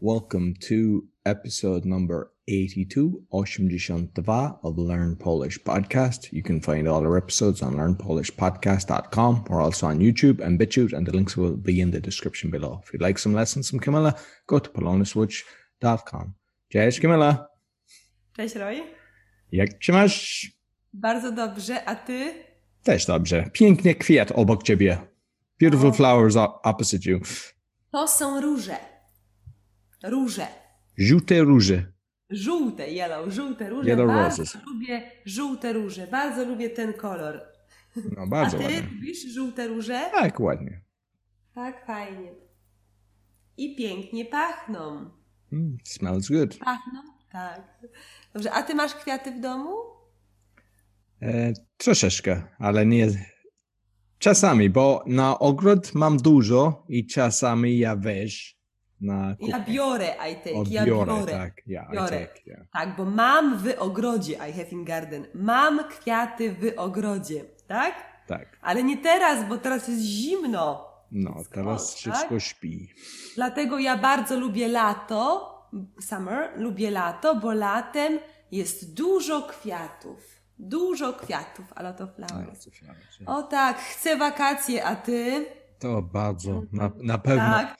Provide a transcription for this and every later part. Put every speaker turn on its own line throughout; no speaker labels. Welcome to episode number 82, 82 of Learn Polish Podcast. You can find all our episodes on learnpolishpodcast.com. We're also on YouTube and BitChute, and the links will be in the description below. If you'd like some lessons from Camilla, go to poloniswitch.com. Cześć Camilla.
Cześć Roy.
Jak się masz?
Bardzo dobrze, a ty?
Też dobrze. Piękny kwiat obok ciebie. Beautiful
O.
flowers o- opposite you.
To są róże. Róże.
Żółte róże.
Żółte, yellow, żółte róże.
Yellow
bardzo
roses.
lubię żółte róże, bardzo lubię ten kolor.
No
A
bardzo
ty
ładnie.
lubisz żółte róże?
Tak, ładnie.
Tak, fajnie. I pięknie pachną.
Mm, smells good.
Pachną? Tak. Dobrze, a ty masz kwiaty w domu?
E, troszeczkę, ale nie. Czasami, bo na ogród mam dużo i czasami ja weź na kuchnię.
Ja biorę, I take.
O,
ja
biorę,
biorę.
tak. Ja, I
Biorę.
take, yeah.
Tak, bo mam w ogrodzie, I have in garden. Mam kwiaty w ogrodzie, tak?
Tak,
Ale nie teraz, bo teraz jest zimno.
no
Skąd,
teraz
tak?
wszystko śpi.
Dlatego ja bardzo lubię lato, summer, lubię lato, bo latem jest dużo kwiatów. Dużo kwiatów, a lot of
A,
flowers.
co fajnie.
O tak, chcę wakacje, a ty?
To bardzo, na, na pewno.
Tak,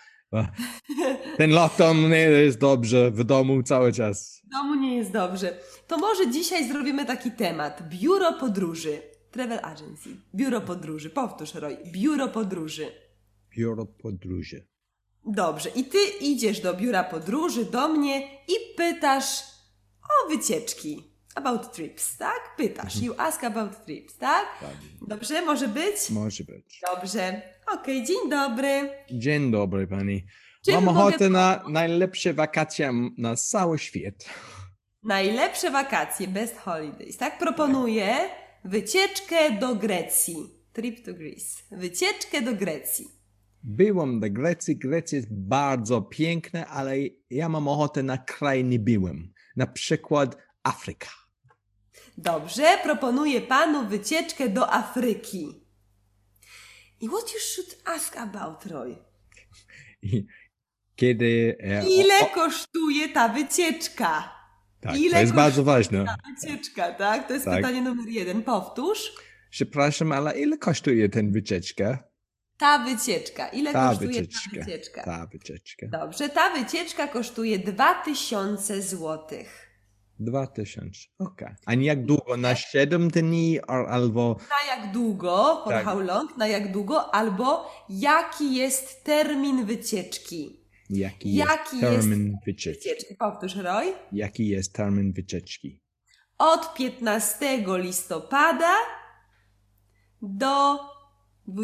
Ten lockdown nie jest dobrze, w domu cały czas.
w domu nie jest dobrze. To może dzisiaj zrobimy taki temat. Biuro podróży. Travel Agency. Biuro podróży. Powtórz, Roy. Biuro podróży.
Biuro podróży.
Dobrze, i ty idziesz do biura podróży do mnie i pytasz o wycieczki. About trips, tak? Pytasz. You ask about trips, tak?
Tak,
Dobrze, może być?
może być.
Dobrze. Okej, dzień dobry.
Dzień dobry pani.
Czym
Mam
mogę
ochotę na najlepsze wakacje m- na cały świat.
Najlepsze wakacje, best holidays, tak? Proponuję wycieczkę do Grecji. Trip to Greece. Wycieczkę do Grecji.
Byłem do Grecji. Grecja jest bardzo piękna, ale ja mam ochotę na kraj nie byłem. Na przykład Afryka.
Dobrze, proponuję panu wycieczkę do Afryki. I what you should ask about, Roy?
I Kiedy... E,
Ile kosztuje ta wycieczka?
tak,
ile
to jest
kosztuje-
bardzo ważne.
Wycieczka, tak? To jest
Tak.
pytanie numer jeden. Powtórz.
Przepraszam, ale ile kosztuje ten wycieczkę?
Ta wycieczka. Ile
Ta
kosztuje
wycieczka. Tak. Ta
ta wycieczka?
wycieczka.
Dobrze, ta wycieczka kosztuje 2000 zł.
Dwa tysiące. Okej. A nie jak długo?
Tak.
Na siedem dni or, albo...
Na jak długo, for
Tak.
how long, na jak długo, albo jaki jest termin wycieczki?
Jaki,
Jaki
jest
jest
termin wycieczki?
Wycieczki, powtórz, Roy.
Jaki jest termin wycieczki?
Od 15 listopada do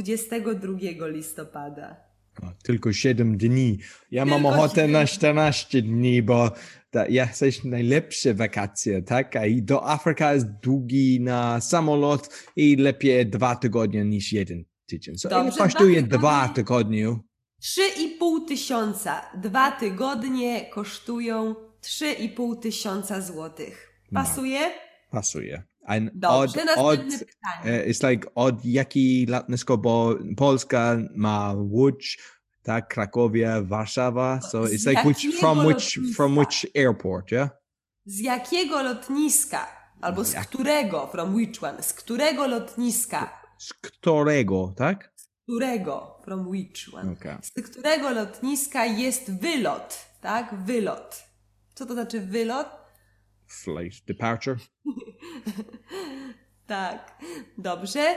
22 listopada.
O, Tylko 7 dni. Ja mam
Tylko
ochotę
siedem
na
dni.
14 dni, bo ta, ja chcę najlepsze wakacje, tak? A i do Afryka jest długi na samolot i lepiej dwa tygodnie niż jeden tydzień. So, ile
Dobrze, dwa
kosztuje
tygodnie.
dwa tygodnie?
3,5 tysiąca. Dwa tygodnie kosztują 3,5 tysiąca złotych. Pasuje?
Pasuje. And
Dobrze,
od,
następne pytanie.
e, it's like od jaki latnisko, bo Polska ma Łódź, tak, Krakowie, Warszawa, so
Z
it's like which, from
jakiego
which, from which airport, yeah?
Z jakiego lotniska? Albo z
Jak-
którego? From which one? Z którego lotniska?
Z którego, tak?
Którego? From which one?
Okay.
Z którego lotniska jest wylot? Tak? Wylot. Co to znaczy wylot?
flight departure.
Tak. Dobrze.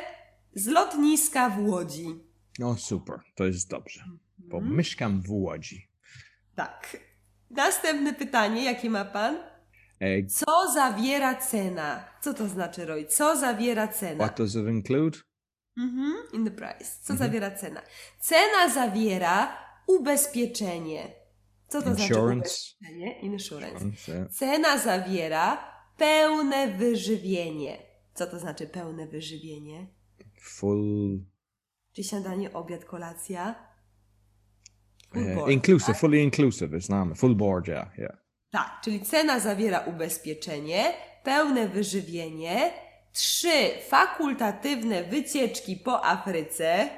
Z lotniska w Łodzi.
No super, to jest dobrze, bo
Mm-hmm.
mieszkam w Łodzi.
Tak. Następne pytanie, jakie ma pan?
E,
Co zawiera cena? Co to znaczy, Roy? Co zawiera cena?
what does it include?
Mhm, in the price. Co
Mhm.
zawiera cena? Cena zawiera ubezpieczenie. Co to znaczy
Insurance. eh,
ubezpieczenie? Insurance.
Insurance,
Cena zawiera pełne wyżywienie. Co to znaczy pełne wyżywienie?
Full,
Czy śniadanie, obiad, kolacja? Full
e,
board.
inclusive, fully inclusive, it's not full board, yeah, yeah.
Tak, czyli cena zawiera ubezpieczenie, pełne wyżywienie, trzy fakultatywne wycieczki po Afryce.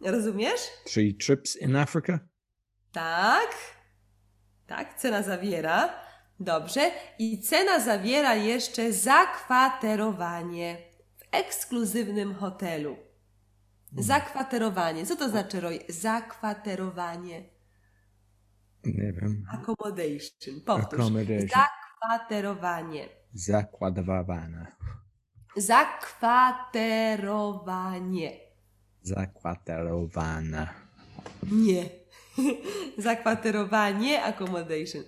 Rozumiesz?
Three trips in Africa?
Tak. Tak, cena zawiera. Dobrze. I cena zawiera jeszcze zakwaterowanie w ekskluzywnym hotelu. Zakwaterowanie. Co to znaczy, Roy? Zakwaterowanie.
Nie wiem.
Accommodation. Powtórz.
Accommodation.
Zakwaterowanie.
Zakładowana.
Zakwaterowanie.
Zakwaterowana.
Nie. Zakwaterowanie, accommodation.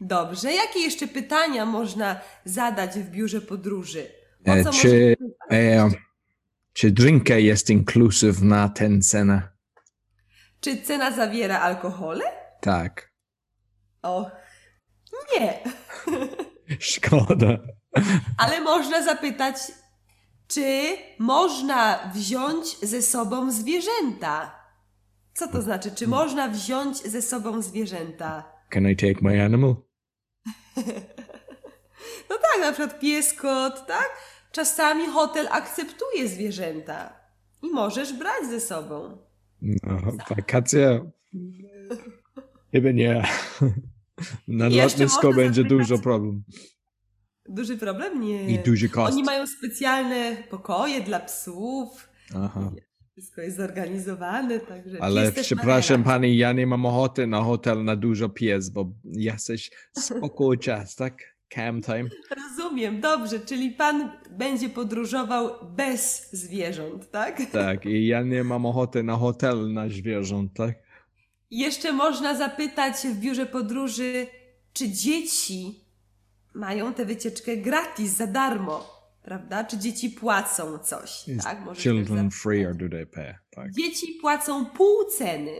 Dobrze, jakie jeszcze pytania można zadać w biurze podróży? O
E,
co
czy,
może-
e, czy drinka jest inclusive na ten cenę?
Czy cena zawiera alkohole?
Tak.
Och, nie.
Szkoda.
Ale można zapytać, czy można wziąć ze sobą zwierzęta? Co to znaczy, czy można wziąć ze sobą zwierzęta?
Can I take my animal?
No tak, na przykład pies, kot, tak? Czasami hotel akceptuje zwierzęta i możesz brać ze sobą.
No, wakacje. Chyba nie. Na
I jeszcze
lotnisko
można
będzie
zapytać-
dużo problem.
Duży problem? Nie.
I duży koszt.
Oni mają specjalne pokoje dla psów,
Aha.
wszystko jest zorganizowane, także
Ale
pies też ma
przepraszam
relaks.
pani, ja nie mam ochoty na hotel na dużo pies, bo jesteś spoko czas, tak? Cam time.
Rozumiem, dobrze, czyli pan będzie podróżował bez zwierząt, tak?
Tak, i ja nie mam ochoty na hotel na zwierząt, tak?
Jeszcze można zapytać w biurze podróży, czy dzieci mają tę wycieczkę gratis, za darmo, prawda? Czy dzieci płacą coś,
Is
tak? Może
Children
też
free or do they pay? Tak.
za- Dzieci płacą pół ceny.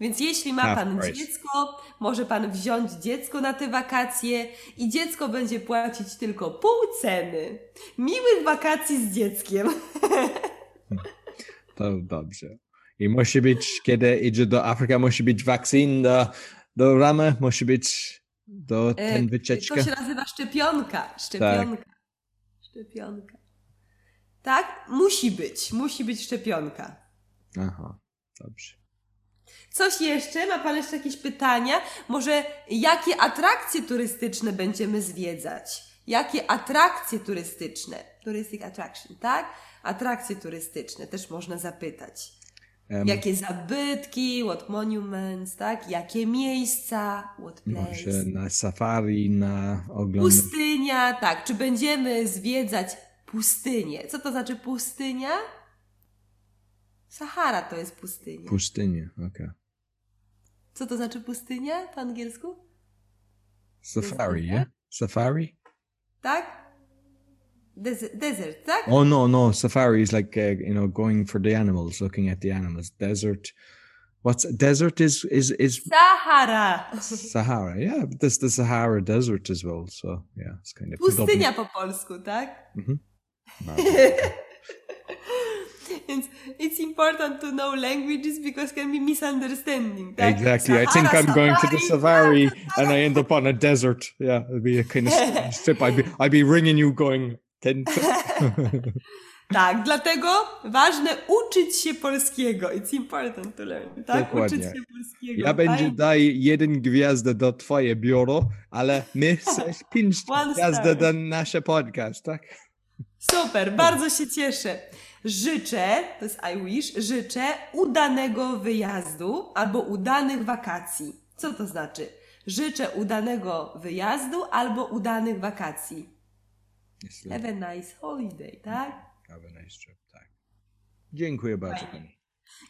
Więc jeśli ma
Half
pan
price.
dziecko, może pan wziąć dziecko na te wakacje i dziecko będzie płacić tylko pół ceny. Miłych wakacji z dzieckiem.
To dobrze. I musi być, kiedy idzie do Afryki, musi być wakcin do, do ramy, musi być do
E,
ten
To
wycieczka.
się nazywa szczepionka.
Tak.
Szczepionka. Szczepionka. Tak? Musi być. Musi być szczepionka.
Aha, dobrze.
Coś jeszcze? Ma Pan jeszcze jakieś pytania? Może jakie atrakcje turystyczne będziemy zwiedzać? Jakie atrakcje turystyczne? Touristic attraction, tak? Atrakcje turystyczne też można zapytać.
Em,
Jakie zabytki, what monuments, tak? Jakie miejsca, what place.
Może na safari, na oglądanie.
Pustynia, tak. Czy będziemy zwiedzać pustynię? Co to znaczy pustynia? Sahara to jest pustynia.
Pustynię, okej.
Co to znaczy pustynia po angielsku?
Safari, yeah? Safari?
Tak? Dez- desert, tak?
Oh, no, no. Safari is like, uh, you know, going for the animals, looking at the animals. Desert. What's desert is, is, is
Sahara!
Sahara. Yeah, but there's the Sahara Desert as well. So, yeah, it's kind of.
Pustynia po polsku, tak?
Mhm.
Więc it's important to know languages because can be misunderstanding, tak?
Exactly. I think I'm going to the
safari.
safari and I end up on a desert. Yeah, it'd be a kind of strange trip. I'd be, I'd be ringing you going, ten,
Tak, dlatego ważne uczyć się polskiego. It's important to learn. Tak,
Dokładnie.
uczyć się polskiego.
ja będzie
Fajnie.
daj jeden gwiazdę do twoje biuro, ale my chcesz pięć
One
gwiazdy
star.
do nasze podcast, tak?
Super, bardzo się cieszę. Życzę, to jest I wish, życzę udanego wyjazdu albo udanych wakacji. Co to znaczy? Życzę udanego wyjazdu albo udanych wakacji. Have a nice holiday, tak?
Have a nice trip, tak. Dziękuję bardzo pani.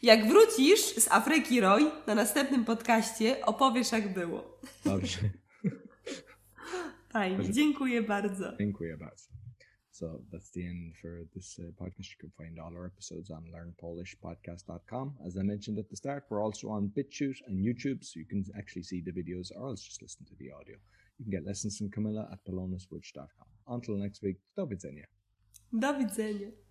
Jak wrócisz z Afryki, Roy, na następnym podcaście opowiesz, jak było.
Dobrze,
Fajnie, dziękuję bardzo.
dziękuję bardzo. So that's the end for this uh, podcast. You can find all our episodes on learnpolishpodcast.com. As I mentioned at the start, we're also on BitChute and YouTube, so you can actually see the videos or else just listen to the audio. You can get lessons from Camilla at polonaswitch.com. Until next week, do widzenia.
Do widzenia.